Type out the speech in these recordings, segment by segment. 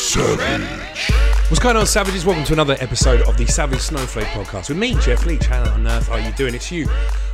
Savage. What's going on, Savages? Welcome to another episode of the Savage Snowflake Podcast with me, Jeff Leach. How on earth are you doing? It's you,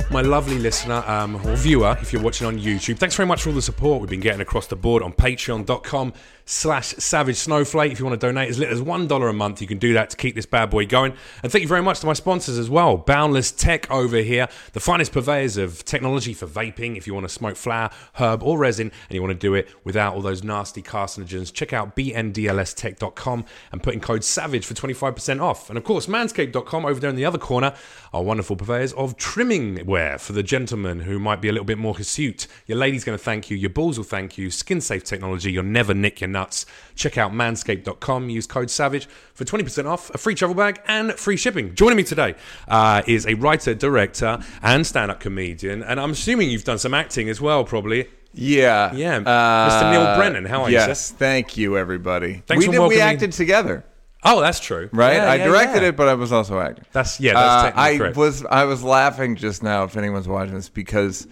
my lovely listener um, or viewer, if you're watching on YouTube. Thanks very much for all the support we've been getting across the board on patreon.com slash savage snowflake. If you want to donate as little as $1 a month, you can do that to keep this bad boy going. And thank you very much to my sponsors as well, Boundless Tech over here, the finest purveyors of technology for vaping. If you want to smoke flower, herb, or resin, and you want to do it without all those nasty carcinogens, check out bndlstech.com and put in code SAVAGE for 25% off. And of course, manscaped.com over there in the other corner are wonderful purveyors of trimming wear for the gentleman who might be a little bit more hirsute. Your lady's going to thank you, your balls will thank you, skin safe technology, you'll never nick your nuts. Check out manscaped.com, use code SAVAGE for 20% off, a free travel bag, and free shipping. Joining me today uh, is a writer, director, and stand up comedian. And I'm assuming you've done some acting as well, probably. Yeah. Uh, Yeah. Mr. Neil Brennan, how are you, sir? Yes. Thank you, everybody. Thanks we for did, welcoming- We acted together, Oh, that's true. right? Yeah, I yeah, directed yeah. it, but I was also acting. That's yeah. That's Uh, technically I correct. was I was laughing just now. If anyone's watching this, because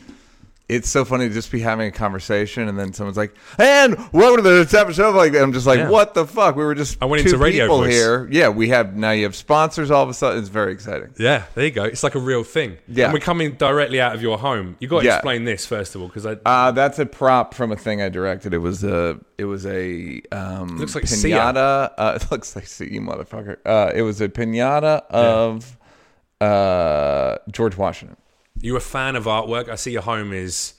it's so funny to just be having a conversation and then someone's like, "And welcome to the Separate Show." Like, I'm just like, Yeah. "What the fuck?" We were just I went two into radio people voice. here. Yeah, we have now. You have sponsors all of a sudden. It's very exciting. Yeah, there you go. It's like a real thing. Yeah. And we're coming directly out of your home. you got to Yeah. explain this, first of all, because it Uh, that's a prop from a thing I directed. It was a it was a um, Looks like Sia. pinata. Uh, it looks like see you motherfucker. Uh, it was a pinata of uh, George Washington. you're a fan of artwork. I see your home is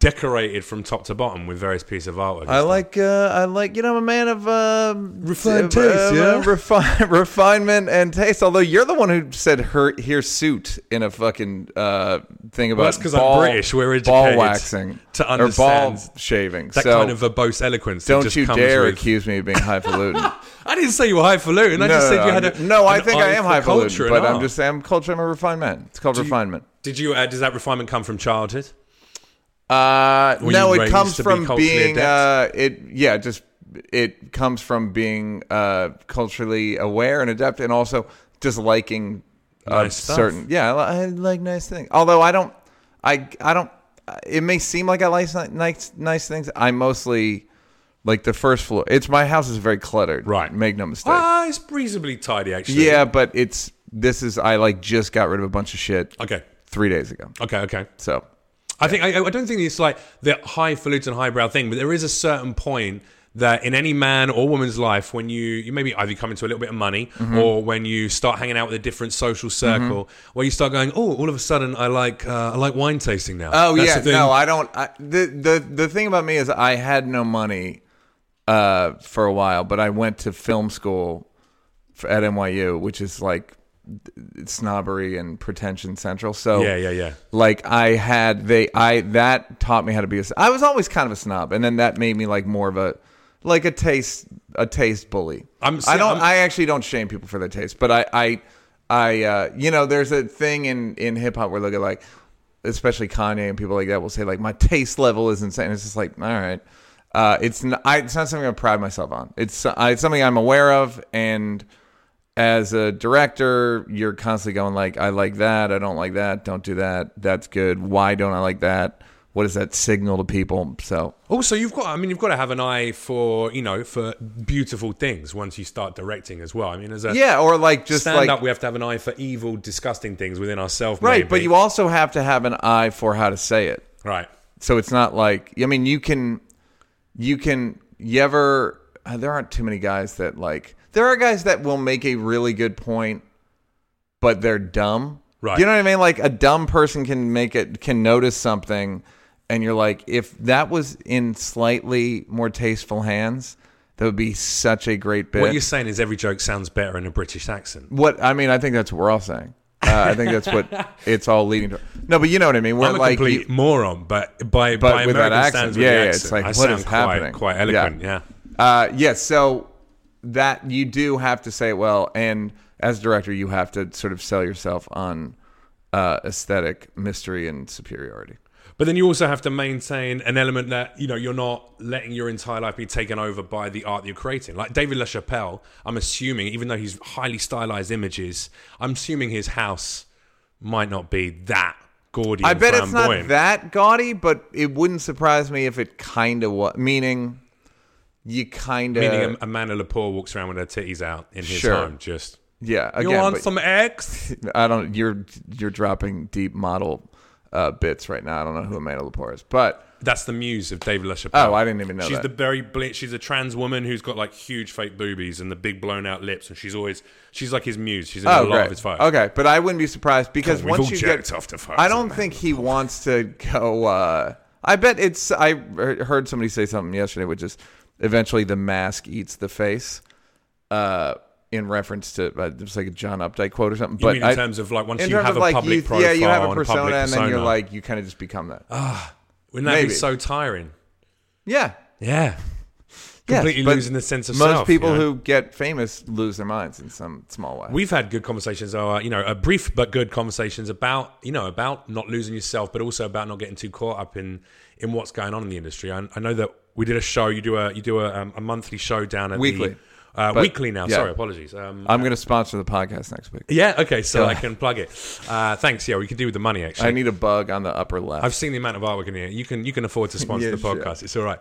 decorated from top to bottom with various pieces of artwork. I like uh, I like you know I'm a man of uh, Refined uh, taste, uh, yeah? refi- refinement and taste. Although you're the one who said her hirsute in a fucking uh, thing about that's 'cause I'm ball- British. We're ball educated waxing to or understand ball shaving. that so kind of verbose eloquence. that don't just you comes dare with- accuse me of being highfalutin. I didn't say you were highfalutin. I no, just no, said you no, had I'm- a. no. I an think eye I am for culture highfalutin, and but I'm art. just saying culture. I'm a refinement. It's called refinement. Did you? Uh, does that refinement come from childhood? Uh, Were no, you it raised comes to be from culturally being uh, adept? it. Yeah, just it comes from being uh, culturally aware and adept, and also just liking uh, Nice stuff. certain. Yeah, I, li- I like nice things. Although I don't, I I don't. It may seem like I like ni- nice nice things. I mostly like the first floor. It's my house is very cluttered. Right. Make no mistake. Ah, it's reasonably tidy, actually. Yeah, but it's this is I like just got rid of a bunch of shit Okay. three days ago. Okay. Okay. So I think I, I don't think it's like the highfalutin highbrow thing, but there is a certain point that in any man or woman's life, when you you maybe either come into a little bit of money Mm-hmm. or when you start hanging out with a different social circle, where you start going, oh, all of a sudden I like uh, I like wine tasting now. oh That's yeah, the thing. no, I don't. I, the the the thing about me is I had no money uh, for a while, but I went to film school for, at NYU, which is like snobbery and pretension central. So yeah, yeah, yeah. like I had they I that taught me how to be a s- I was always kind of a snob and then that made me like more of a like a taste a taste bully. I'm- I don't I'm- I actually don't shame people for their taste, but I I I uh, you know there's a thing in in hip hop where they go like especially Kanye and people like that will say like my taste level is insane. It's just like all right. Uh, it's not, I, it's not something I pride myself on. It's uh, it's something I'm aware of, and as a director, you're constantly going like, I like that, I don't like that, don't do that, that's good. Why don't I like that? What does that signal to people? So Also, Oh, you've got I mean, you've got to have an eye for you know for beautiful things once you start directing as well. I mean, as a yeah, or like just stand like up, we have to have an eye for evil, disgusting things within ourselves. right, but maybe. you also have to have an eye for how to say it. right. So it's not like I mean you can you can you ever uh, there aren't too many guys that like there are guys that will make a really good point but they're dumb. Right. You know what I mean? Like a dumb person can make it can notice something and you're like if that was in slightly more tasteful hands that would be such a great bit. What you're saying is every joke sounds better in a British accent. What I mean, I think that's what we're all saying. Uh, I think that's what it's all leading to. No, but you know what I mean. We're I'm a like complete you- moron, but by but by with that American accent, standards, yeah, with yeah, the accent, it's like I what sound is quite, happening? Quite eloquent, yeah. Uh, yes. so that you do have to say it well, and as a director, you have to sort of sell yourself on uh, aesthetic, mystery, and superiority. But then you also have to maintain an element that you know you're not letting your entire life be taken over by the art that you're creating. Like David LaChapelle, I'm assuming, even though he's highly stylized images, I'm assuming his house might not be that gaudy. I and bet it's not flamboyant. that gaudy, but it wouldn't surprise me if it kind of was. Meaning, you kind Meaning of a, Amanda Lepore walks around with her titties out in his uh, Sure. home. Just yeah. you Again, want but- some eggs? I don't. You're you're dropping deep model uh, bits right now. I don't know who Amanda Lepore is, but That's the muse of David LaChapelle. oh, I didn't even know she's that. the very bl- she's a trans woman who's got like huge fake boobies and the big blown out lips, and she's always she's like his muse. She's in a oh, lot great. of his fights. Okay, but I wouldn't be surprised because We've all once you jacked get, off to fights, I don't man. think he wants to go. Uh, I bet it's. I he- heard somebody say something yesterday, which is eventually the mask eats the face. Uh, in reference to uh, it was like a John Updike quote or something, You but mean in I, terms of like once in you terms have of a like public you, profile, yeah, you have a and persona, public and then you're persona, Uh, like you kind of just become that. wouldn't that be maybe. so tiring? yeah, Yeah, Yes, completely but losing the sense of most self, people you know? who get famous lose their minds in some small way. We've had good conversations, uh, you know, uh, brief but good conversations about, you know, about not losing yourself, but also about not getting too caught up in in what's going on in the industry. I, I know that we did a show. You do a you do a, um, a monthly show down at Weekly. the, uh, But- weekly now. yeah. Sorry, apologies. Um, I'm going to sponsor the podcast next week. yeah, okay, so I can plug it. Uh, thanks. Yeah, we could do with the money actually. I need a bug on the upper left. I've seen the amount of artwork in here. You can you can afford to sponsor Yeah, the podcast. It's all right.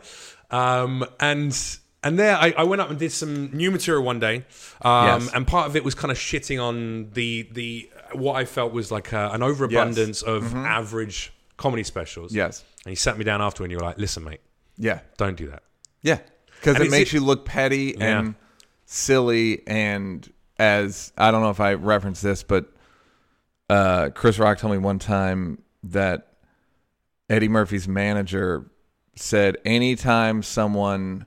Um, and and there, I, I went up and did some new material one day, um, Yes. and part of it was kind of shitting on the the what I felt was like uh an overabundance of Mm-hmm. average comedy specials. yes. And he sat me down after and you were like, "Listen, mate, Yeah. don't do that." Yeah. Because And it is makes it- you look petty Yeah. and silly. And as I don't know if I referenced this, but uh, Chris Rock told me one time that Eddie Murphy's manager said anytime someone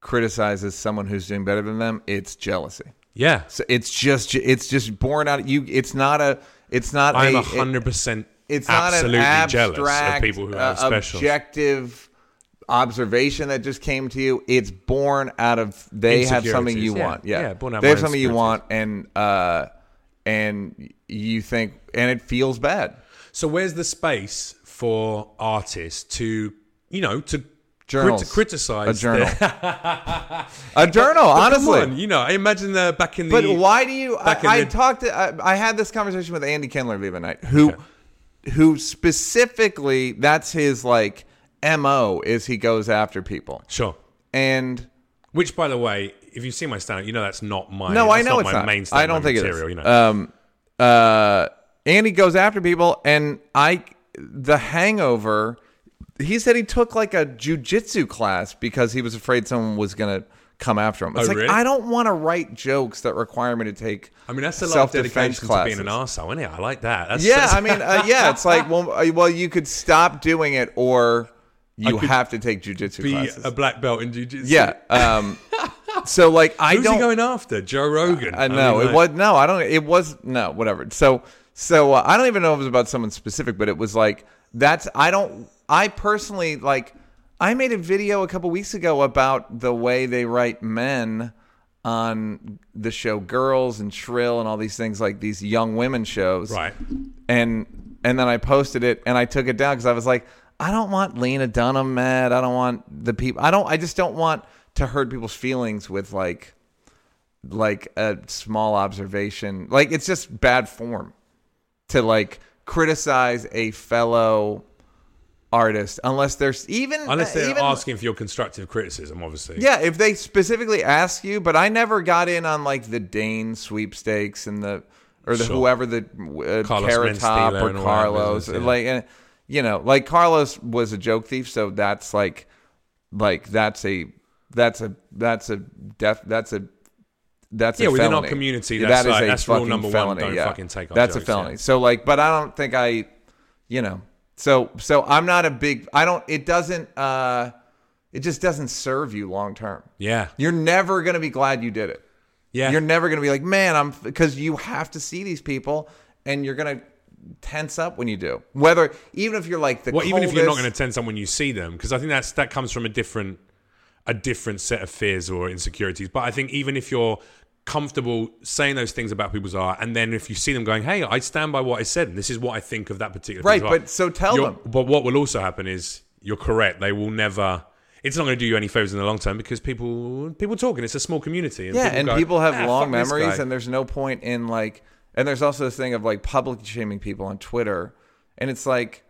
criticizes someone who's doing better than them, it's jealousy. Yeah, So it's just it's just born out. You it's not a it's not I'm a it- hundred percent. it's not absolutely an abstract jealous of people who have uh, specials. objective observation that just came to you. It's born out of they have something you Insecurities. Yeah. want. Yeah, Yeah, born out of they have my something you want, insecurities. and uh, and you think, and it feels bad. So where's the space for artists to, you know, to Journals. crit- to criticize A their- journal. a journal. But come honestly, on, you know, I imagine the back in the. But why do you? I, back in I the- talked. To, I, I had this conversation with Andy Kindler the other night, who, who specifically that's his like mo is he goes after people, Sure. and Which, by the way, if you've seen my stand, you know that's not my. no, I that's know not it's my not. main stand. I don't think material, it is. You know, Um, uh, Andy goes after people, and I, the Hangover, he said he took like a jujitsu class because he was afraid someone was gonna come after him. It's Oh, like really? I don't want to write jokes that require me to take. I mean that's a lot of self-defense dedication to being an classes. arsehole, isn't it? I like that. That's, Yeah, that's- I mean, uh, yeah, it's like well, uh, well, you could stop doing it, or you could have to take jujitsu be classes. a black belt in jujitsu. yeah. Um, so like, I Who's don't. he going after? Joe Rogan. I know mean, it like- was no. I don't. It was no. Whatever. So so uh, I don't even know if it was about someone specific, but it was like that's. I don't. I personally like. I made a video a couple weeks ago about the way they write men on the show Girls and Shrill and all these things like these young women shows Right. and and then I posted it and I took it down because I was like, I don't want Lena Dunham mad. I don't want the people. I don't. I just don't want to hurt people's feelings with like like a small observation. Like it's just bad form to like criticize a fellow artist unless there's even Unless they're even, asking for your constructive criticism, obviously. yeah, if they specifically ask you, but I never got in on like the Dane sweepstakes and the or the Sure. whoever the uh, Carlos Carrot Top Mencia or and all that Carlos, business, yeah. like and, you know, like Carlos was a joke thief, so that's like, like that's a that's a that's a death that's a that's Yeah, a within our felony. community, Yeah, that's that is like- a that's rule fucking number one, felony, don't yeah. fucking take on that's jokes, a yeah. felony. So like, but I don't think I, you know, so so I'm not a big. I don't. It doesn't. uh It just doesn't serve you long term. Yeah. You're never going to be glad you did it. Yeah. You're never going to be like, man, I'm because you have to see these people and you're going to tense up when you do. Whether even if you're like the Well, even if you're not coldest- going to attend someone, you see them because I think that's that comes from a different a different set of fears or insecurities. But I think even if you're comfortable saying those things about people's art, and then if you see them going, "Hey, I stand by what I said, and this is what I think of that particular," Right, piece of art," but so tell you're- them. But what will also happen is you're correct. They will never. It's not going to do you any favors in the long term because people people talk and it's a small community. And yeah, people and go, people have "Ah, long fuck this memories, guy." and there's no point in like, and there's also this thing of like public shaming people on Twitter, and it's like,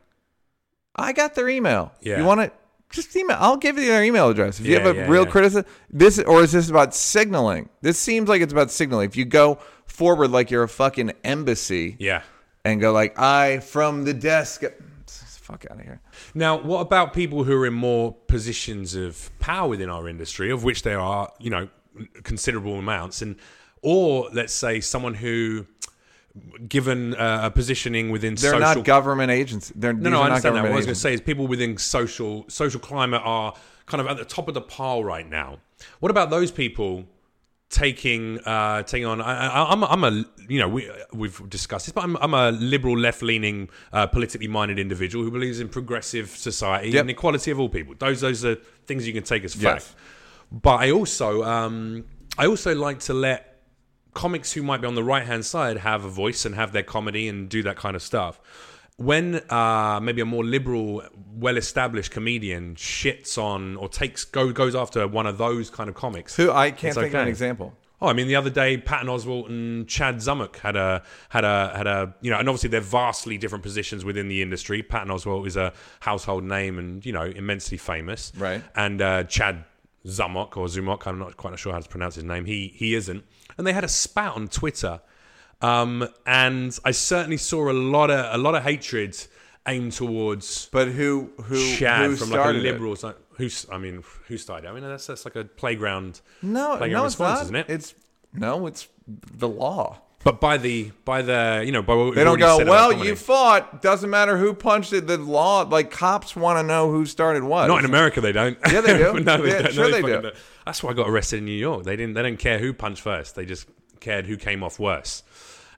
I got their email. Yeah. you want to just email. I'll give you their email address. If you Yeah, have a yeah, real yeah. criticism, this or is this about signaling? This seems like it's about signaling. If you go forward like you're a fucking embassy, Yeah. and go like I from the desk, fuck out of here. Now, what about people who are in more positions of power within our industry, of which there are, you know, considerable amounts, and or let's say someone who, given uh, a positioning within They're social, not government agents. They're no, no, I not understand that. government What I was going to agents. say is people within social social climate are kind of at the top of the pile right now. What about those people? Taking uh, taking on, I, I, I'm, a, I'm a you know we we've discussed this, but I'm, I'm a liberal, left leaning, uh, politically minded individual who believes in progressive society Yep. and equality of all people. Those those are things you can take as fact. Yes. But I also um, I also like to let comics who might be on the right hand side have a voice and have their comedy and do that kind of stuff. When uh, maybe a more liberal, well established comedian shits on or takes go goes after one of those kind of comics. Who I can't It's think of an okay. example. Oh, I mean, the other day, Patton Oswalt and Chad Zummock had a had a had a you know, and obviously they're vastly different positions within the industry. Patton Oswalt is a household name and you know immensely famous, Right. And uh, Chad Zummock or Zumok, I'm not quite sure how to pronounce his name. He he isn't, and they had a spout on Twitter, um, and I certainly saw a lot of a lot of hatred aimed towards But who who Chad who from like a started it? liberal. side- Who's I mean, who started? it? I mean, that's that's like a playground. No, playground no, it's response, not. isn't it? It's no, it's the law. But by the by the you know by what we've They don't already go. said Well, about comedy." you fought. Doesn't matter who punched it. The law, like cops, want to know who started what. not in America they don't. Yeah, they do. no, they Yeah, don't. sure No, they they fucking do. don't. That's why I got arrested in New York. They didn't. They don't care who punched first. They just cared who came off worse.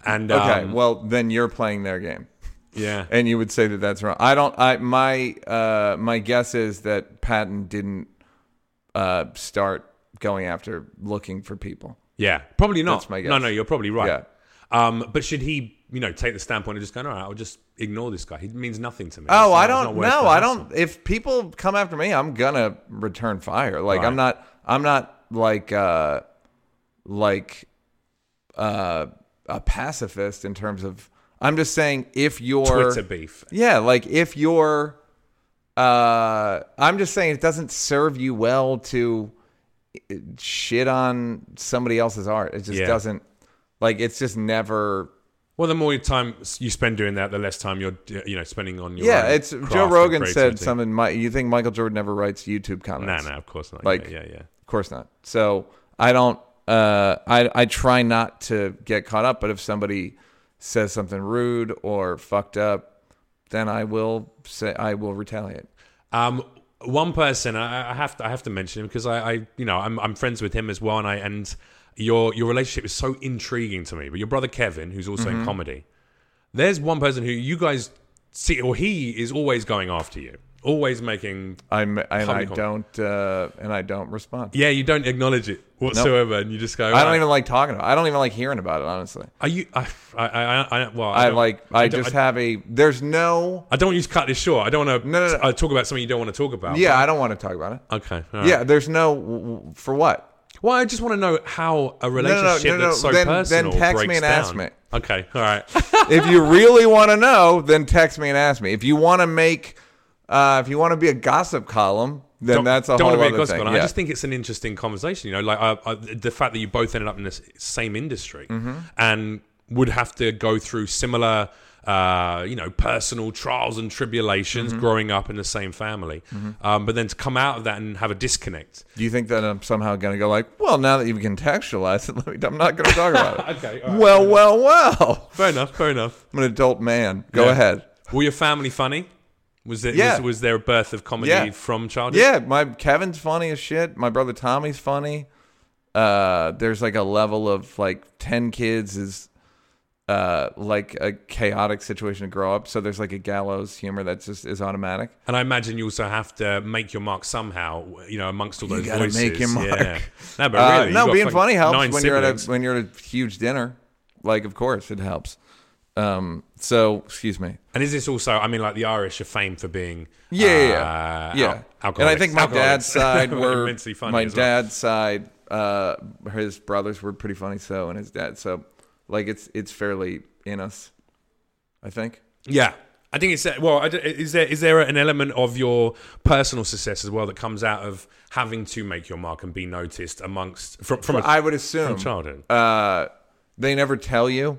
And Okay, um, well then you're playing their game, yeah, and you would say that that's wrong. I don't. I my uh my guess is that Patton didn't uh start going after looking for people. yeah, probably not. That's my No, guess. no, you're probably right. Um, but should he, you know, take the standpoint of just going, all right, I'll just ignore this guy. He means nothing to me. It's Oh, not- I it's not don't worth know. the I hassle. don't. If people come after me, I'm gonna return fire. Like Right. I'm not. I'm not like uh, like uh, a pacifist in terms of. I'm just saying if you're Twitter beef. yeah, like if you're uh I'm just saying it doesn't serve you well to uh, shit on somebody else's art. It just Yeah. doesn't like it's just never Well, the more time you spend doing that, the less time you're, you know, spending on your Yeah, own it's craft Joe and Rogan said creativity. something my you think Michael Jordan never writes YouTube Nah, comments. nah, of course not. Like- yeah, yeah, yeah. Of course not. So I don't. Uh, I I try not to get caught up, but if somebody says something rude or fucked up, then I will say I will retaliate. Um, one person I, I have to I have to mention him because I, I you know I'm I'm friends with him as well, and I and your your relationship is so intriguing to me. But your brother Kevin, who's also Mm-hmm. in comedy, there's one person who you guys see, or he is always going after you, always making. I'm and I Comical. don't uh, and I don't respond. Yeah, you don't acknowledge it whatsoever, and you just go. I "Ah, don't even like talking about. It. I don't even like hearing about it. Honestly, Are you? I I I, I well, I, don't- like I, don't- just I, have a. There's no. I don't want you to cut this short. I don't want to No, no, no. uh, talk about something you don't want to talk about. Yeah, I don't want to talk about it. Okay. all right. Yeah, there's no w- w- for what. Well, I just want to know how a no, relationship no, no, that's so then- then personal text me breaks and ask down. me. Okay, all right. if you really want to know, then text me and ask me. If you want to make, uh, if you want to be a gossip column, then that's a don't whole wanna other be a gossip thing. column. Yeah. I just think it's an interesting conversation. You know, like I, I, the fact that you both ended up in the same industry Mm-hmm. and would have to go through similar, uh, you know, personal trials and tribulations Mm-hmm. growing up in the same family, um, but then to come out of that and have a disconnect. Do you think that I'm somehow going to go like, well, now that you've contextualized it, let me, I'm not going to talk about it. Okay, all right, well, well, well. Fair enough. Fair enough. I'm an adult man. Go Yeah. ahead. Were your family funny? Was it? Yeah. Was, was there a birth of comedy Yeah. from childhood? Yeah, my Kevin's funny as shit. My brother Tommy's funny. Uh, there's like a level of like ten kids is uh like a chaotic situation to grow up. So there's like a gallows humor that just is automatic. And I imagine you also have to make your mark somehow, you know, amongst all You those gotta voices. make your mark. Yeah. No, but Uh, really, you've no, got being fucking funny helps nine when you're at siblings. a when you're at a huge dinner. Like, of course, it helps. Um, so, excuse me. And is this also? I mean, like the Irish are famed for being Yeah, yeah, uh, yeah. yeah. al- alcoholics. and I think my dad's Alcoholics. side were immensely funny. my as well. dad's side. Uh, his brothers were pretty funny, so and his dad. So, like, it's it's fairly in us. I think. Yeah. I think it's well. I d- Is there is there an element of your personal success as well that comes out of having to make your mark and be noticed amongst from from a I would assume from childhood? um, uh, they never tell you.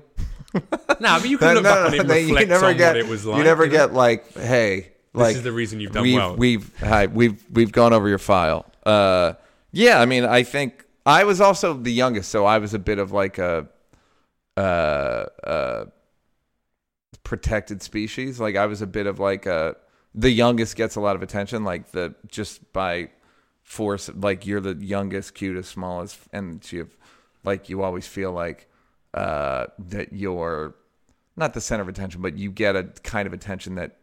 no, but you can look back on it and they- reflect on what it was like. You never know? get like, hey, like is the reason you've done we've, well. We've hi, we've we've gone over your file. Uh, yeah, I mean, I think I was also the youngest, so I was a bit of like a uh, uh, protected species. Like I was a bit of like a the youngest gets a lot of attention, like the just by force. Like you're the youngest, cutest, smallest, and you have like you always feel like uh, that you're not the center of attention, but you get a kind of attention that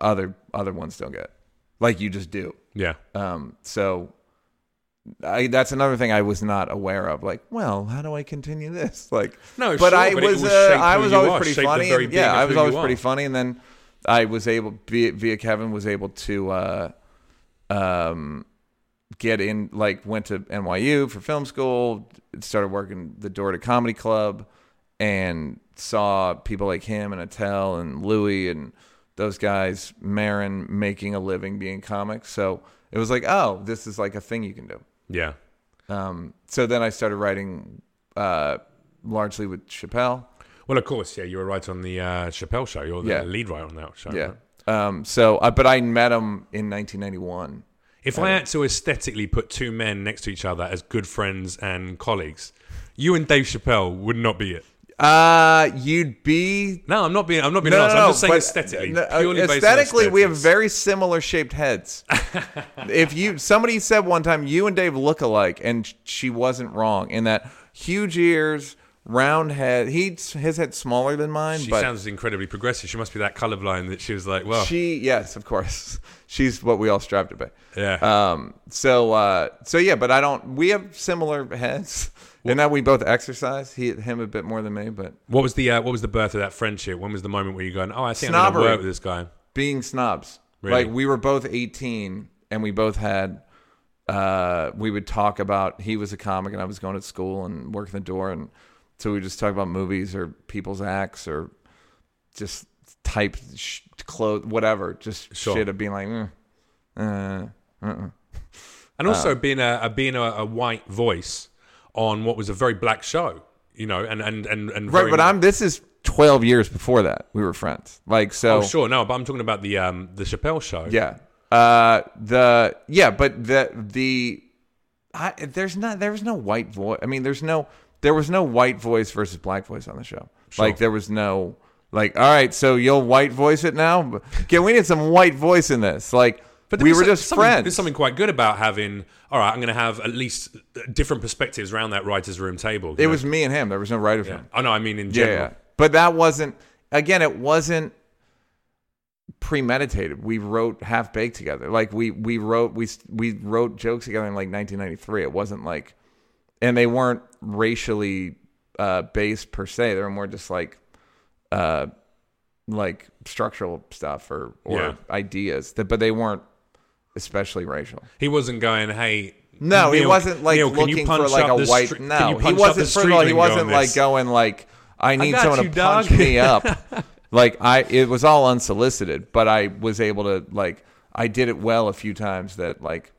other other ones don't get. Like you just do. Yeah, Um, so I, that's another thing I was not aware of. Like, well, how do I continue this? Like, No, but sure, I but it was will uh, shape I who was you always are, pretty shape the funny. very and- being yeah, of I was who you always pretty are. funny, and then I was able via, via Kevin was able to uh, um, get in. Like, went to NYU for film school, started working the door to comedy club, and saw people like him and Attell and Louie and those guys, Marin, making a living being comics. So it was like, oh, this is like a thing you can do. yeah. Um, so then I started writing uh, largely with Chappelle. Well, of course, yeah. You were right on the uh, Chappelle show. You're the Yeah. lead writer on that show. Yeah. right? Um, so, uh, but I met him in 1991. If Um, I had to aesthetically put two men next to each other as good friends and colleagues, you and Dave Chappelle would not be it. Uh, you'd be. No, I'm not being. I'm not being No, honest. no, I'm no, just saying but- aesthetically. no, uh, purely based on aesthetically, we have aesthetics. very similar shaped heads. if you, somebody said one time, you and Dave look alike, and she wasn't wrong in that huge ears, round head. He his head's smaller than mine, She but sounds incredibly progressive. She must be that colorblind that she was like, well, she yes of course she's what we all strive to be Yeah. um so uh so yeah but i don't we have similar heads and now we both exercise he him a bit more than me but what was the uh, what was the birth of that friendship? When was the moment where you going, oh, I think I'm going Snobbery. to work with this guy? being snobs Really? like we were both 18 and we both had uh we would talk about he was a comic and i was going to school and working the door and so we just talk about movies or people's acts or just type sh- clothes whatever just Sure. shit of being like mm, uh, uh-uh. And Ah. also being a, a being a, a white voice on what was a very black show, you know, and and and and Right, very- but I'm. This is 12 years before that we were friends. Like so. Oh, sure, no, but I'm talking about the um the Chappelle show. Yeah. Uh. The yeah, but the the I, there's not there was no white voice. I mean, there's no there was no white voice versus black voice on the show. Like there was no like. All right, so you'll white voice it now. Can we need some white voice in this? Like, but we there's were some- just something- friends. There's something quite good about having. All right, I'm going to have at least uh, different perspectives around that writers' room table. you it know? was me and him. There was no right of Yeah. him. Oh no, I mean in Yeah, general. yeah. But that wasn't again, it wasn't premeditated. We wrote half baked together. Like we we wrote we we wrote jokes together in like 1993. It wasn't like and they weren't racially uh based per se. They were more just like uh like structural stuff or or Yeah. ideas that but they weren't especially racial. He wasn't going, hey. No, he Neil- wasn't like Neil, can you looking for punch like up a the white. stre- can you no, he punch up wasn't. the First of street all, he lingo on wasn't like this? going like, I need got someone you, to punch dog." me up. like I, it was all unsolicited, but I was able to like, I did it well a few times that like,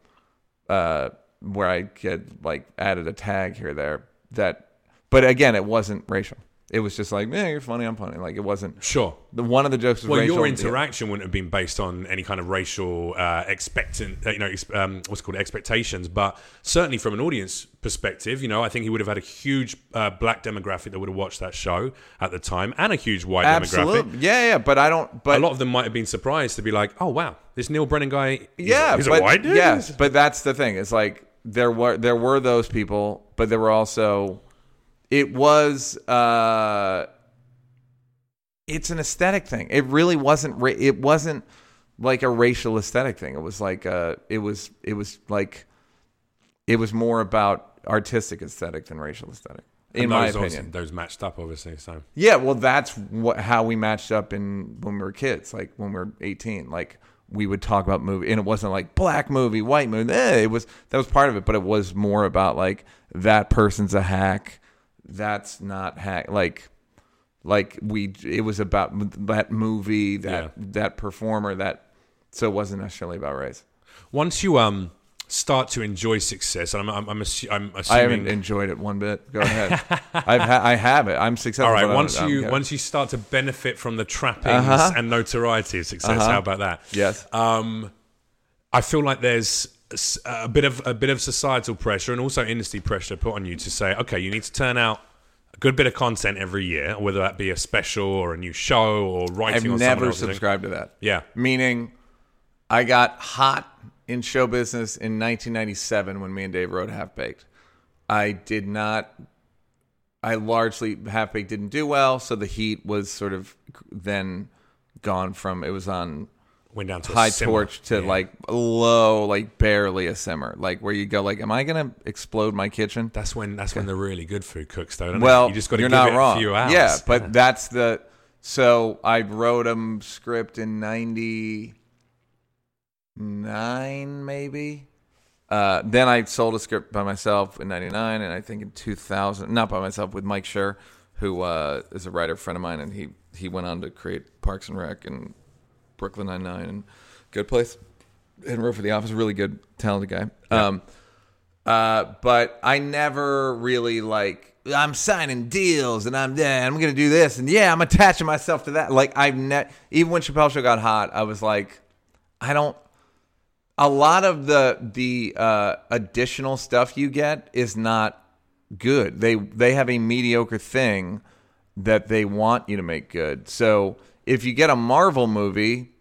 uh, where I get like added a tag here or there that, but again, it wasn't racial. It was just like, man, you're funny, I'm funny. Like it wasn't. Sure. The one of the jokes was Well, racial. your interaction wouldn't have been based on any kind of racial uh, expectant, uh, you know, ex- um, what's it called expectations. But certainly from an audience perspective, you know, I think he would have had a huge uh, black demographic that would have watched that show at the time, and a huge white demographic. Absolutely, yeah, yeah. But I don't. But A lot of them might have been surprised to be like, "Oh wow, this Neil Brennan guy, he's a- yeah, he's but, a white dude." Yes, but that's the thing. It's like there were there were those people, but there were also it was uh it's an aesthetic thing. It really wasn't ra- it wasn't like a racial aesthetic thing. It was like uh it was it was like it was more about artistic aesthetic than racial aesthetic in And my those obviously- opinion. those matched up obviously. So Yeah, well, that's what how we matched up in when we were kids, like when we were eighteen. Like we would talk about movie, and it wasn't like black movie, white movie. Eh, it was that was part of it, but it was more about like that person's a hack, that's not hack. Like like we it was about m- that movie that Yeah. that performer that so it wasn't necessarily about race Once you um start to enjoy success, and I'm I'm, I'm, assu- I'm i haven't assuming. enjoyed it one bit go ahead i've ha- i have it i'm Uh-huh. successful all right, but I once don't- I don't you get it. once you start to benefit from the trappings and notoriety of success, Uh-huh. how about that? yes um, I feel like there's a s- a bit of a bit of societal pressure and also industry pressure put on you to say, okay, you need to turn out a good bit of content every year, whether that be a special or a new show or i've writing. on someone never else's thing. subscribed to that Yeah, meaning I got hot in show business in 1997 when me and Dave wrote Half Baked. I did not. I largely Half Baked didn't do well, so the heat was sort of then gone from it was on went down to a high simmer. torch to Yeah. like low, like barely a simmer, like where you go like, am I gonna explode my kitchen? That's when that's when the really good food cooks though. don't they? Well, you just got to you're give not it wrong. a few hours. Yeah, but that's the. So I wrote a script in '99, maybe. Uh, then I sold a script by myself in '99, and I think in 2000, not by myself, with Mike Scher, who uh, is a writer friend of mine, and he he went on to create Parks and Rec and Brooklyn Nine Nine and Good Place, and wrote for The Office. Really good, talented guy. Um, uh, but I never really like I'm signing deals and I'm yeah, I'm gonna do this and yeah, I'm attaching myself to that. Like I've ne- even when Chappelle Show got hot, I was like, I don't. A lot of the the uh, additional stuff you get is not good. They they have a mediocre thing that they want you to make good. So if you get a Marvel movie,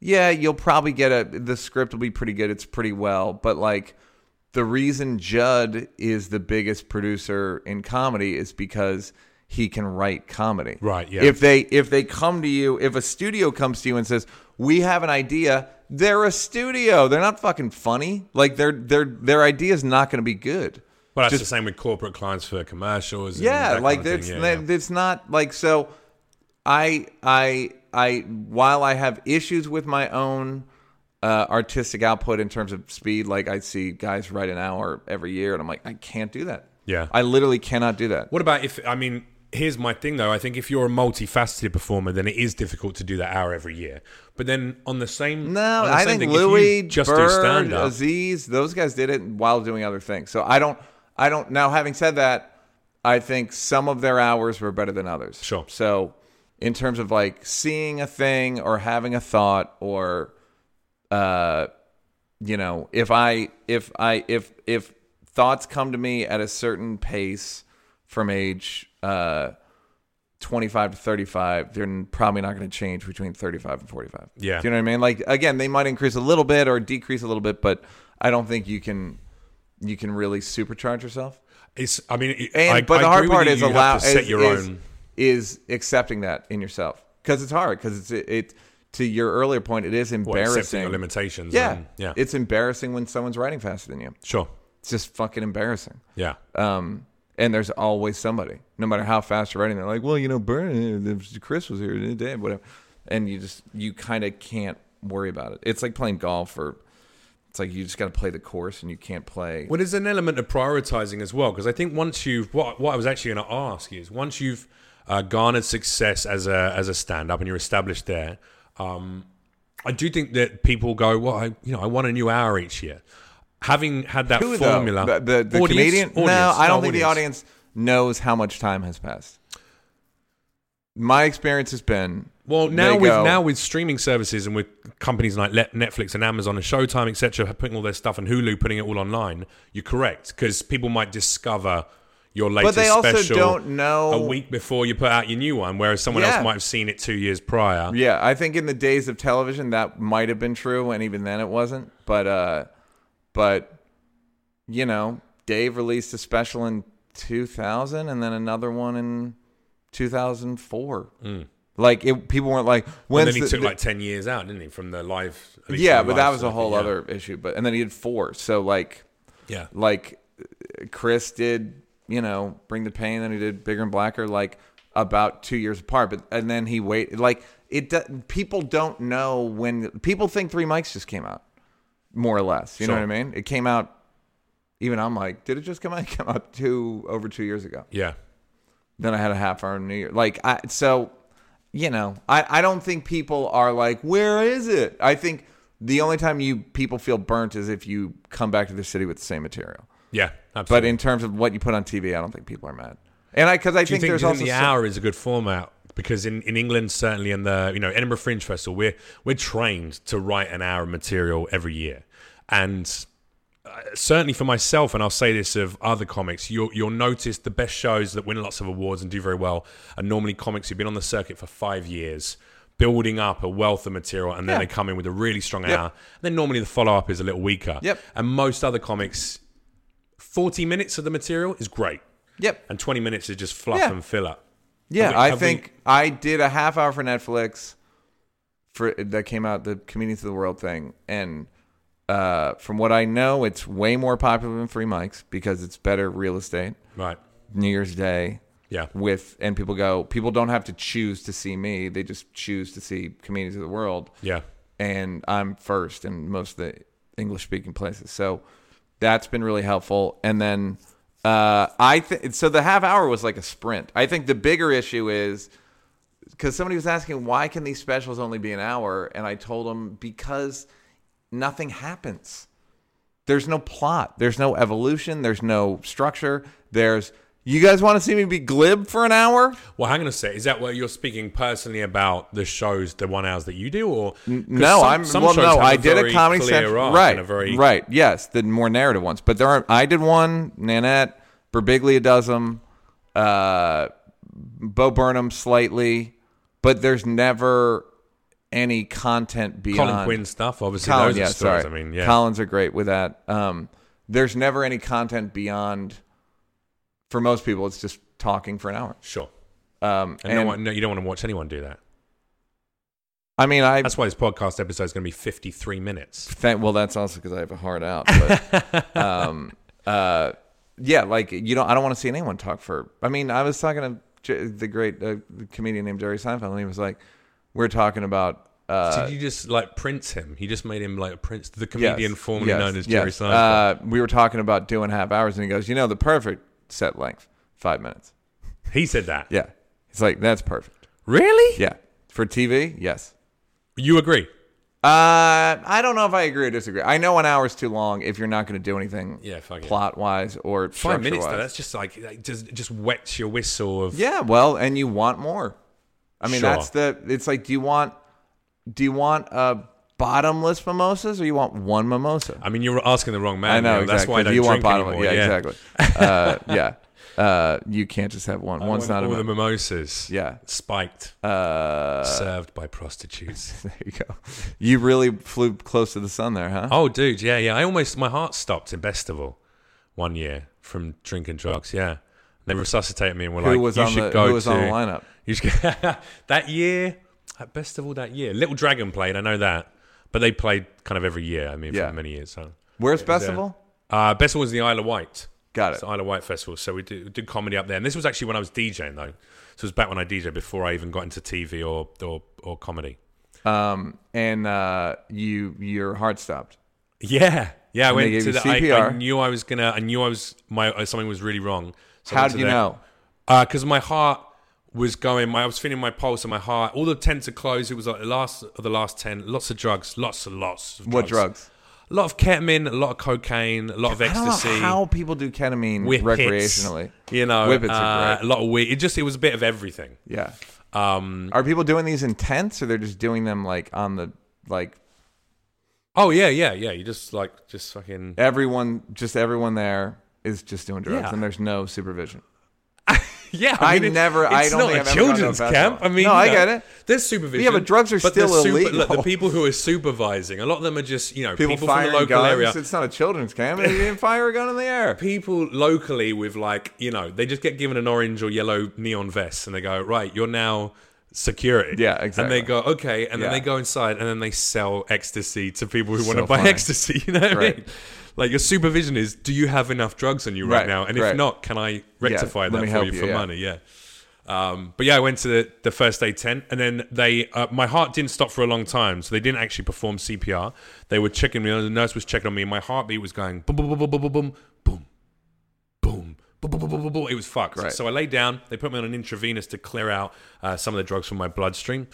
yeah, you'll probably get a the script will be pretty good. It's pretty well, but like the reason Judd is the biggest producer in comedy is because he can write comedy. Right, yeah. If they if they come to you, if a studio comes to you and says, "We have an idea," they're a studio. They're not fucking funny. Like their their their idea is not going to be good. Well, that's the same with corporate clients for commercials. And Yeah, that like kind of it's thing. Yeah, yeah. it's not like so. I I I while I have issues with my own uh, artistic output in terms of speed, like I see guys write an hour every year, and I'm like, I can't do that. Yeah. I literally cannot do that. What about if I mean? Here's my thing though. I think if you're a multifaceted performer, then it is difficult to do that hour every year. But then on the same, No, on the I same think thing, if you Louis, just do Bird, stand up. Aziz, those guys did it while doing other things. So I don't, I don't. Now, having said that, I think some of their hours were better than others. Sure. So, in terms of like seeing a thing or having a thought or, uh, you know, if I, if I, if if thoughts come to me at a certain pace from age, uh. 25 to 35, they're n- probably not going to change between 35 and 45. Yeah. Do you know what I mean? Like, again, they might increase a little bit or decrease a little bit, but I don't think you can. You can really supercharge yourself, It's, I mean, it, and I, but I the hard agree with part you, is you allow have to set is, your is, own. is accepting that in yourself because it's hard because it's it, it to your earlier point it is Well, accepting embarrassing. your limitations. yeah, and- yeah, it's embarrassing when someone's writing faster than you. sure. It's just fucking embarrassing. Yeah, Um, and there's always somebody, no matter how fast you're writing. They're like, well, you know, Burn, Chris was here today, whatever. And you just, you kind of can't worry about it. It's like playing golf or it's like you just got to play the course and you can't play. Well, there's an element of prioritizing as well, because I think once you've what what I was actually going to ask is once you've uh, garnered success as a as a stand up and you're established there, um, I do think that people go, well, I, you know, I want a new hour each year. Having had that Who, though? formula, The, the, the Audience? comedian? No, Audience. I don't think the audience. audience knows how much time has passed. My experience has been Well, now they with go, now with streaming services and with companies like Le- Netflix and Amazon and Showtime, etc., putting all their stuff and Hulu putting it all online, you're correct because people might discover your latest they also special don't know- a week before you put out your new one, whereas someone Oh. Yeah. else might have seen it two years prior. Yeah, I think in the days of television that might have been true, and even then it wasn't. But uh, but you know, Dave released a special in 2000, and then another one in 2004. Like it, people weren't like And when's Hmm. then he the- took the- like ten years out, didn't he, from the live? at least yeah, from the but that live was a circuit, whole yeah. other issue. But and then he did four, so like Yeah, like Chris did, you know, Bring the Pain, then he did Bigger and Blacker, like about two years apart. But and then he wait, like it. do- People don't know when people think Three Mics just came out, more or less. You know Sure. what I mean? It came out. Even I'm like, did it just come out? It came out two over two years ago. yeah. Then I had a half hour in New York. Like I so you know, I, I don't think people are like, where is it? I think the only time you people feel burnt is if you come back to the city with the same material. Yeah, But absolutely. in terms of what you put on TV, I don't think people are mad. And I because I do think, you think, there's do you also think the so- hour is a good format? Because in, in England, certainly in the you know Edinburgh Fringe Festival, we're we're trained to write an hour of material every year, and uh, certainly for myself, and I'll say this of other comics, you'll, you'll notice the best shows that win lots of awards and do very well are normally comics who've been on the circuit for five years, building up a wealth of material, and then Yeah. they come in with a really strong hour. then normally the follow up is a little weaker. Yep. And most other comics, 40 minutes of the material is great, Yep. and 20 minutes is just fluff Yeah. and filler. Yeah, Have we- I have we- think I did a half hour for Netflix for that came out the Comedians of the World thing, and uh, from what I know, it's way more popular than free mics because it's better real estate. Right. New Year's Day Yeah. with and people go, people don't have to choose to see me; they just choose to see Comedians of the World Yeah. and I'm first in most of the English speaking places. So that's been really helpful. And then uh, I think so the half hour was like a sprint. I think the bigger issue is because somebody was asking why can these specials only be an hour, and I told them because nothing happens. There's no plot. There's no evolution. There's no structure. There's you guys want to see me be glib for an hour? Well, hang on a sec. Is that what you're speaking personally about the shows, the one hours that you do, or 'cause No, some- I'm some well. shows No, have I did a very comedy clear Central, arc right? and a very Right, yes, the more narrative ones, but there aren't. I did one. Nanette Berbiglia does them. Uh, Bo Burnham slightly, but there's never any content beyond. Colin Quinn stuff. Obviously, Colin, those yeah, are stories. sorry. I mean, yeah, Collins are great with that. Um, there's never any content beyond. For most people, it's just talking for an hour. sure. Um, And, no, one- no, you don't want to watch anyone do that. I mean, I That's why this podcast episode is going to be 53 minutes. Thank, well, that's also because I have a hard out. But, um, uh, yeah, like you don't. I don't want to see anyone talk for. I mean, I was talking to J- the great uh, comedian named Jerry Seinfeld, and he was like, "We're talking about." Uh, Did you just like prince him? He just made him like a prince, the comedian yes, formerly yes, known as Jerry yes. Seinfeld. Uh, we were talking about two and a half hours, and he goes, "You know, the perfect set length, five minutes." he said that. Yeah, he's like, "That's perfect." Really? Yeah, for TV, yes. You agree? Uh, I don't know if I agree or disagree. I know an hour's too long if you're not going to do anything Yeah, fuck it. plot wise or Five minutes though. structure-wise. That's just like, like just just wets your whistle of. Yeah, well, and you want more. I mean, Sure. that's the. It's like, do you want, do you want uh bottomless mimosas or you want one mimosa? I mean, you're asking the wrong man. I know here. exactly. That's why I don't you drink want bottomless. anymore. Yeah, exactly. uh, yeah, uh, you can't just have one. One's All- not all the enough. mimosas. Yeah. spiked, Uh, served by prostitutes. there you go. You really flew close to the sun there, huh? oh, dude, yeah, yeah. I almost my heart stopped in Festival one year from drinking drugs. Yeah, they resuscitated me and were who like, was Oh, "You on should the go Who was to on the lineup? You should- that year at Festival that year, Little Dragon played. I know that, but they played kind of every year. I mean, Yeah. for many years. So. Where's was, uh, festival? Uh, Bessel was in the Isle of Wight. Got It's it. the Isle of Wight Festival. So we did, we did comedy up there. And this was actually when I was DJing, though. So it was back when I DJed before I even got into TV or, or, or comedy. Um, and uh, you your heart stopped. Yeah, yeah. I they went gave to you the. I, I CPR. knew I was gonna. I knew I was my uh, something was really wrong. So I How went did to you the- know? because my heart was going. My, I was feeling my pulse and my heart. All the tents are closed. It was like the last of the last ten. Lots of drugs. Lots and lots. Of What drugs? A lot of ketamine. A lot of cocaine. A lot of ecstasy. I don't know how people do ketamine whippets, recreationally. You know, Whippets uh, are a great. lot of weed. It just it was a bit of everything. Yeah. Um. Are people doing these in tents or they're just doing them like on the like Oh yeah, yeah, yeah. You just like just fucking. everyone just everyone there is just doing drugs Yeah. and there's no supervision. Yeah, I mean, it- never- I It's don't not think a I've ever gone to a children's festival. camp. I mean, No, I you know, get it. There's supervision. Yeah, but drugs are but the still super- Look, the illegal. people who are supervising, a lot of them are just you know people, People, from the firing local guns. area. It's not a children's camp. They didn't fire a gun in the air. People locally with like you know they just get given an orange or yellow neon vest and they go right, you're now security. Yeah, And they exactly. go okay, and then Yeah. they go inside and then they sell ecstasy to people who want to So buy funny. ecstasy. You know what I Right. mean? Like your supervision is, do you have enough drugs on you right, Right, now? And if right. not, can I rectify let that me for help you you, for yeah. money? Yeah. Um, but yeah, I went to the, the first aid tent, and then they uh, my heart didn't stop for a long time, so they didn't actually perform CPR. They were checking me, the nurse was checking on me, and my heartbeat was going boom, boom, boom, boom, boom, boom, boom, boom, boom, boom, It was fucked. Right. So I laid down. They put me on an intravenous to clear out uh, some of the drugs from my bloodstream,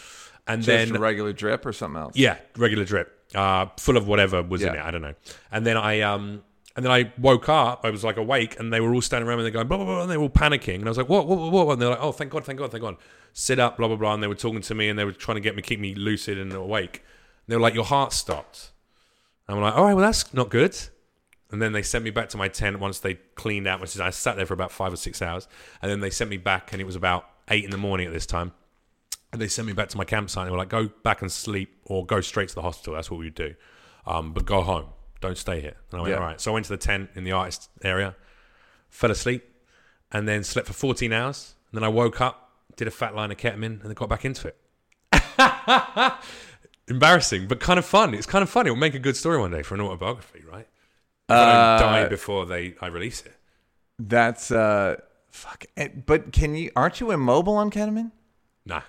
and Just then a regular drip or something else. yeah, regular drip, uh, full of whatever was in it. Yeah. I don't know. And then I um, and then I woke up. I was like awake, and they were all standing around me. They're going blah blah blah, and they were all panicking. And I was like, what, what, what, what? And they're like, oh, thank God, thank God, thank God. Sit up, blah blah blah. And they were talking to me, and they were trying to get me, keep me lucid and awake. And they were like, your heart stopped. And I'm like, all right, well, that's not good. And then they sent me back to my tent once they cleaned out, which is I sat there for about five or six hours. And then they sent me back, and it was about eight in the morning at this time. And they sent me back to my campsite. And they were like, go back and sleep or go straight to the hospital. That's what we would do. Um, but go home. Don't stay here. And I went, Yeah. all right. So I went to the tent in the artist area, fell asleep, and then slept for 14 hours. And then I woke up, did a fat line of ketamine, and then got back into it. Embarrassing, but kind of fun. It's kind of fun. It'll make a good story one day for an autobiography, right? Uh, I don't die before they I release it. That's uh, fuck. Eh, But can you? Aren't you immobile on ketamine? Nah.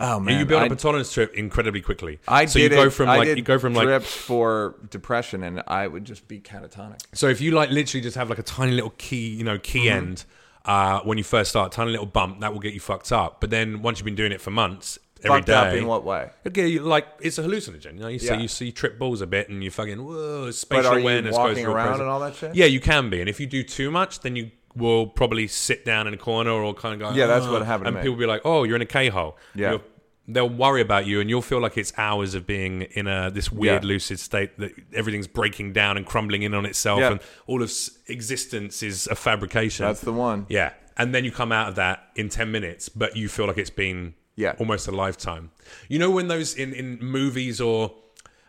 Oh man, you build up I- a tolerance to it incredibly quickly. I so did you go it- from I like did you go from like drips for depression, and I would just be catatonic. so if you like literally just have like a tiny little key, you know, Mm-hmm. key end uh, when you first start, tiny little bump that will get you fucked up. But then once you've been doing it for months, every day, Fucked up in what way? Okay, you- like it's a hallucinogen. You know, you, so Yeah. you see trip balls a bit, and you fucking whoa, spatial But are you awareness goes walking through a around process. and all that shit? Yeah, you can be, and if you do too much, then you will probably sit down in a corner or kind of go. Yeah, that's "Oh," what happened to And me. people will be like, "Oh, you're in a K hole." Yeah. You'll- they'll worry about you, and you'll feel like it's hours of being in a this weird Yeah. lucid state that everything's breaking down and crumbling in on itself, Yeah. and all of s- existence is a fabrication. That's the one. Yeah. And then you come out of that in 10 minutes, but you feel like it's been Yeah. almost a lifetime. You know, when those in, in movies or,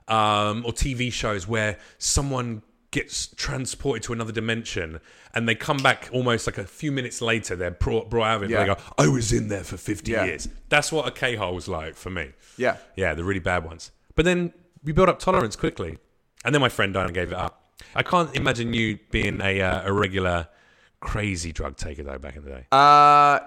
um, or TV shows where someone gets transported to another dimension and they come back almost like a few minutes later, they're brought, brought out of it. Yeah. And they go, I was in there for 50 Yeah. years. That's what a K hole was like for me. Yeah. Yeah, the really bad ones. But then we build up tolerance quickly. And then my friend died and gave it up. I can't imagine you being a, uh, a regular crazy drug taker, though, back in the day. Uh,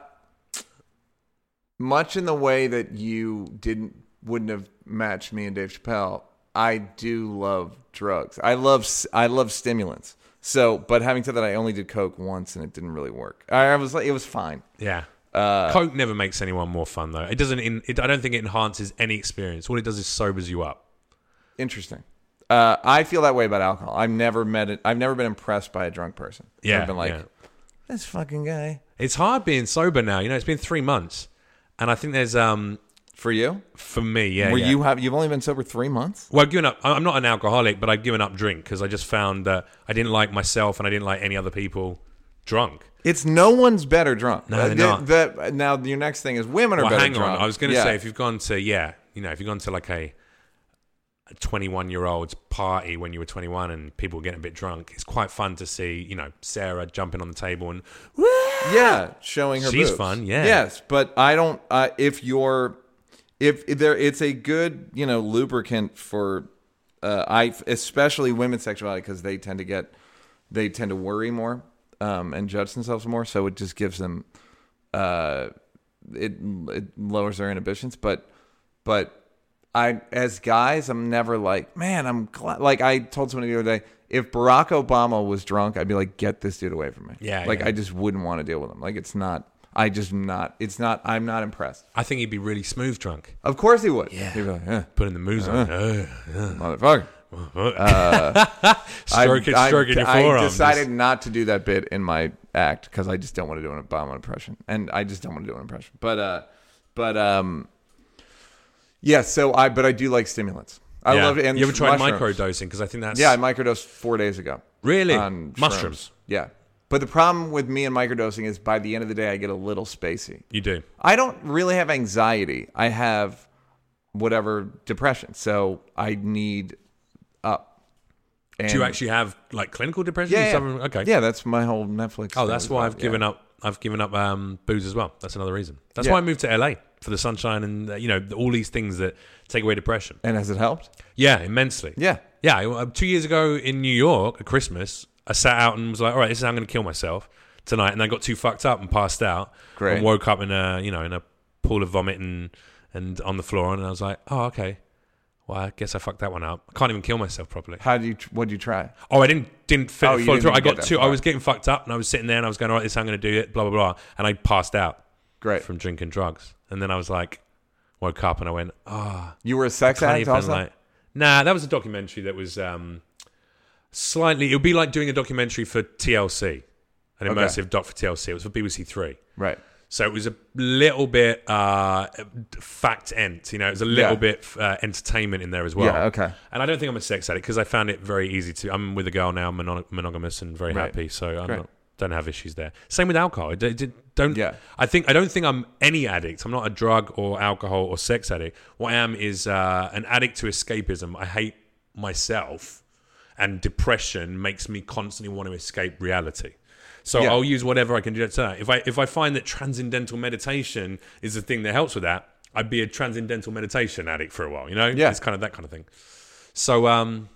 much in the way that you didn't wouldn't have matched me and Dave Chappelle, I do love drugs. I love s- I love stimulants. So, but having said that, I only did coke once, and it didn't really work. I, I was like, it was fine. Yeah. Coke never makes anyone more fun, though. It doesn't. In, it, I don't think it enhances any experience. All it does is sobers you up. Interesting. Uh, I feel that way about alcohol. I've never met it. I've never been impressed by a drunk person. Yeah, I've been like, yeah. this fucking guy. It's hard being sober now. You know, it's been three months, and I think there's um For you, for me, yeah. where yeah. you have you've only been sober three months. Well, I've given up. I- I'm not an alcoholic, but I've given up drink because I just found that I didn't like myself and I didn't like any other people drunk. It's no one's better drunk. No, they're not. that- now your next thing is women are Well, better hang drunk. on. I was going to Yeah. say if you've gone to yeah, you know, if you've gone to like a a 21 year old's party when you were 21 and people were getting a bit drunk, it's quite fun to see you know Sarah jumping on the table and yeah, showing her. She's boobs. fun, yeah. Yes, but I don't. Uh, if you're, if there, it's a good you know lubricant for, uh, I especially women's sexuality because they tend to get, they tend to worry more, um, and judge themselves more. So it just gives them, uh, it it lowers their inhibitions, but but. I as guys, I'm never like, man, I'm glad. Like I told somebody the other day, if Barack Obama was drunk, I'd be like, get this dude away from me. Yeah, like yeah. I just wouldn't want to deal with him. Like it's not. I just not. It's not. I'm not impressed. I think he'd be really smooth drunk, Of course he would. Yeah. He'd be like, eh, putting the moves on, Uh-huh. Ugh. motherfucker. stroking, Uh, I, stroking your I forearm. just- decided not to do that bit in my act because I just don't want to do an Obama impression, and I just don't want to do an impression. But uh, but um, yeah. So I but I do like stimulants. I Yeah. love it. And you ever tried mushrooms. microdosing? Because I think that's Yeah, I microdosed four days ago. Really? On shrooms. Mushrooms? Yeah. But the problem with me and microdosing is by the end of the day, I get a little spacey. you do. I don't really have anxiety. I have whatever depression. So I need up. And Do you actually have like clinical depression? Yeah, or yeah. something? Okay. Yeah, that's my whole Netflix. Oh, that's why I've given up. I've given up um, booze as well. That's another reason. That's Yeah. why I moved to LA for the sunshine and uh, you know all these things that take away depression. And has it helped? Yeah, immensely. Yeah. yeah. I- uh, Two years ago in New York at Christmas, I sat out and was like, "All right, this is how I'm going to kill myself tonight." And I got too fucked up and passed out. Great. And woke up in a you know in a pool of vomit and and on the floor, and I was like, "Oh, okay." Well, I guess I fucked that one up. I can't even kill myself properly. How do you? What do you try? Oh, I didn't didn't fit, Oh, you follow didn't through. I get got that too. I far. was getting fucked up, and I was sitting there, and I was going, "All right, this how I'm going to do it." Blah blah blah, and I passed out Great. from drinking drugs. And then I was like, woke up, and I went, "Ah, You were a sex oh, can't addict even also. like." Nah, that was a documentary that was um, slightly. It would be like doing a documentary for TLC, an Okay. immersive doc for TLC. It was for BBC Three. right. So it was a little bit uh, fact ent, you know, it was a little Yeah. bit uh, entertainment in there as well. Yeah, okay. And I don't think I'm a sex addict because I found it very easy to. I'm with a girl now, mono- monogamous and very Right. happy, so I'm Great. not, don't have issues there. Same with alcohol. I d- d- don't. Yeah. I think I don't think I'm any addict. I'm not a drug or alcohol or sex addict. What I am is uh, an addict to escapism. I hate myself, and depression makes me constantly want to escape reality. So Yeah. I'll use whatever I can do to that. If I if I find that transcendental meditation is the thing that helps with that, I'd be a transcendental meditation addict for a while. You know, Yeah. it's kind of that kind of thing. So, um,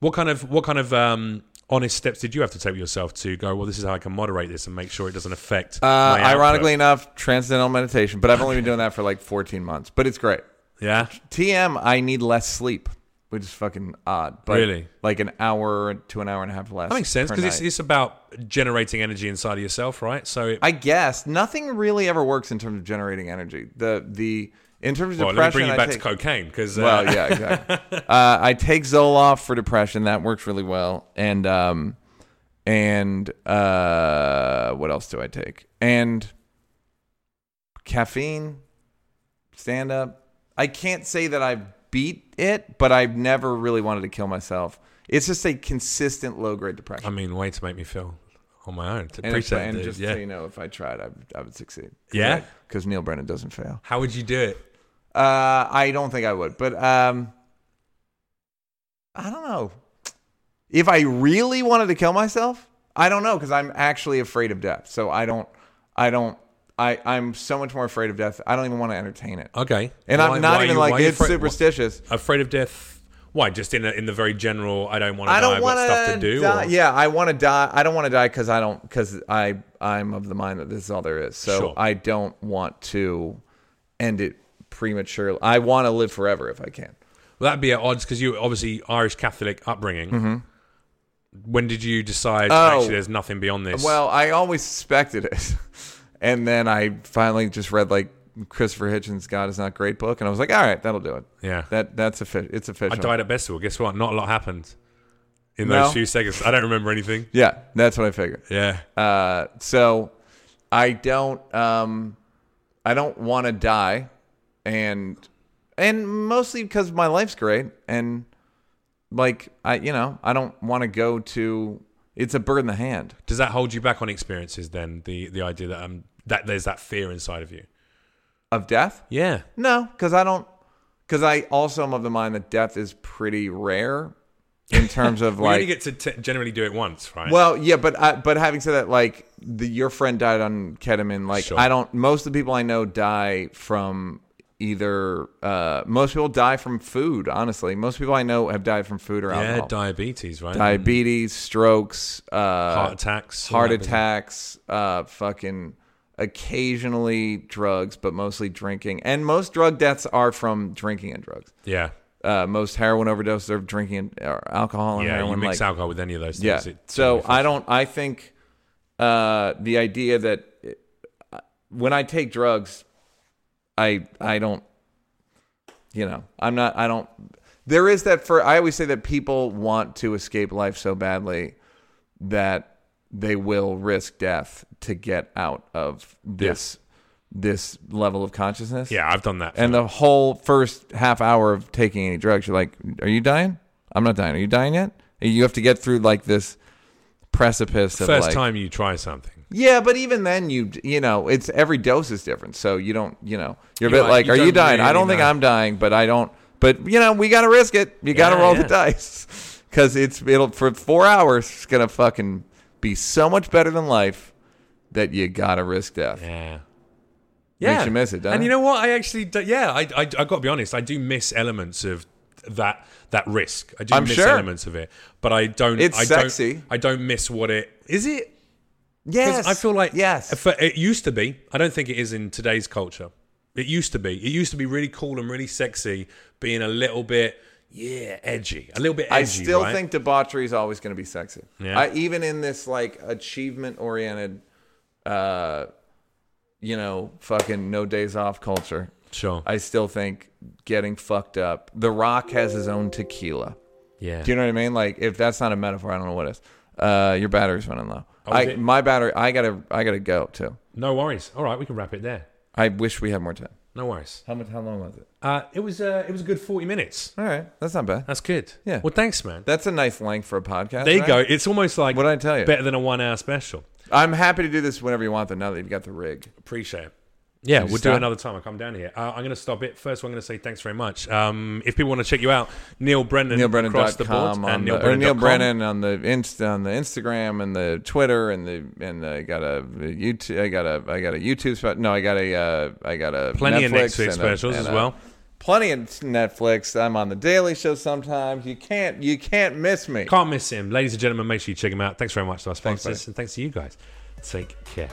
what kind of what kind of um, honest steps did you have to take with yourself to go? Well, this is how I can moderate this and make sure it doesn't affect. Uh, my output? ironically enough, transcendental meditation, but I've only been doing that for like 14 months. But it's great. yeah, TM, I need less sleep, which is fucking odd. But Really? like an hour to an hour and a half less. that makes sense per because it's, night. it's about generating energy inside of yourself, right? So, it, I guess nothing really ever works in terms of generating energy. The the in terms of well, let me depression, bring you I back take- to cocaine because uh, Well, yeah, exactly. uh, I take Zoloft for depression. That works really well. And um, and uh, what else do I take? And caffeine, stand up. I can't say that I've beat it, but I've never really wanted to kill myself. It's just a consistent low grade depression. I mean, way to make me feel on my own. To and, if- appreciate and it, just yeah. so you know, if I tried, I, would- I would succeed. Yeah? because Neil Brennan doesn't fail. How would you do it? Uh, I don't think I would, but um, I don't know. If I really wanted to kill myself, I don't know because I'm actually afraid of death. So I don't, I don't, I I'm so much more afraid of death. I don't even want to entertain it. Okay, And Why- I'm not why are even you- why like are you it's afraid- superstitious. Afraid of death? Why? Just in a, in the very general. I don't want to. I don't I've got want stuff to do. die. or- Yeah, I want to die. I don't want to die because I don't because I I'm of the mind that this is all there is. So Sure. I don't want to end it prematurely. I want to live forever if I can. Well, that'd be at odds because you were obviously Irish Catholic upbringing. When did you decide Mm-hmm. Oh. actually there's nothing beyond this? Well, I always suspected it. And then I finally just read like Christopher Hitchens' God is Not Great book and I was like, all right, that'll do it. yeah, That that's a fi- it's official. I died at Bessel. Guess what? Not a lot happened in No. those few seconds. I don't remember anything. Yeah, that's what I figured. Yeah, Uh, so I don't um I don't want to die and and mostly because my life's great and like I you know, I don't want to go to it's a bird in the hand. does that hold you back on experiences? Then the the idea that um that there's that fear inside of you. Of death? Yeah, No, because I don't. Because I also am of the mind that death is pretty rare in terms of we only like. get to t- generally do it once, right? well, yeah, but I, but having said that, like the, your friend died on ketamine. Like Sure. I don't. Most of the people I know die from either. Uh, most people die from food. Honestly, most people I know have died from food or yeah, alcohol. Uh, diabetes, right? Diabetes, strokes, uh, heart attacks, all heart that business. attacks, uh, fucking occasionally drugs, but mostly drinking. And most drug deaths are from drinking and drugs. Yeah, uh, most heroin overdoses are drinking and- or alcohol and yeah. heroin. you mix like, alcohol with any of those yeah. things. it- So I don't. I think uh, the idea that uh, when I take drugs, I I don't. You know, I'm not. I don't. There is that for. I always say that people want to escape life so badly that they will risk death to get out of this this level of consciousness. yeah, I've done that. And the whole first half hour of taking any drugs, you're like, "Are you dying? I'm not dying. Are you dying yet?" And you have to get through like this precipice of first like, time you try something. yeah, but even then, you you know, it's every dose is different, so you don't, you know, you're a bit You're like, like, you "Are you don't dying?" I really don't think know. I'm dying, but I don't. But you know, we gotta risk it. You gotta Yeah, roll yeah. the dice because it's it'll for four hours. It's gonna fucking be so much better than life that you gotta risk death. Yeah. you miss it, doesn't And you it? know what? I actually, do, yeah, I, I, I got to be honest. I do miss elements of that that risk. I do I'm miss sure. elements of it, but I don't. It's I sexy. Don't, I don't miss what it is. It 'Cause Yes, I feel like uh, yes. if it it used to be. I don't think it is in today's culture. It used to be. It used to be really cool and really sexy, being a little bit, yeah, edgy. A little bit edgy. I still right? think debauchery is always going to be sexy. Yeah. I, even in this like achievement oriented, uh, you know, fucking no days off culture, Sure. I still think getting fucked up. The Rock has his own tequila. yeah. Do you know what I mean? Like if that's not a metaphor, I don't know what is. Uh, your battery's running low. Oh, is I it? my battery. I gotta I gotta go too. no worries. All right, we can wrap it there. I wish we had more time. No worries. How much? How long was it? Uh, it was uh, it was a good forty minutes. All right, that's not bad. That's good. Yeah. Well, thanks, man. That's a nice length for a podcast. there you right? go. It's almost like What'd I tell you? better than a one-hour special. I'm happy to do this whenever you want, though. Now that you've got the rig. Appreciate it. Yeah, we'll do stop? another time. I'll come down here. Uh, I'm going to stop it. First, I'm going to say thanks very much. Um, if people want to check you out, Neil Brennan, Neil Brennan across the board, on and the- Neil, or Brennan Neil dot com. Brennan on the insta on the Instagram and the Twitter and the and I got a YouTube I got a I got a YouTube spot. No, I got a uh, I got a Plenty of Netflix Netflix and a- specials and as a- well. Plenty of Netflix. I'm on the Daily Show sometimes. You can't you can't miss me. Can't miss him, ladies and gentlemen. Make sure you check him out. Thanks very much to our Thanks, sponsors, and thanks to you guys. Take care.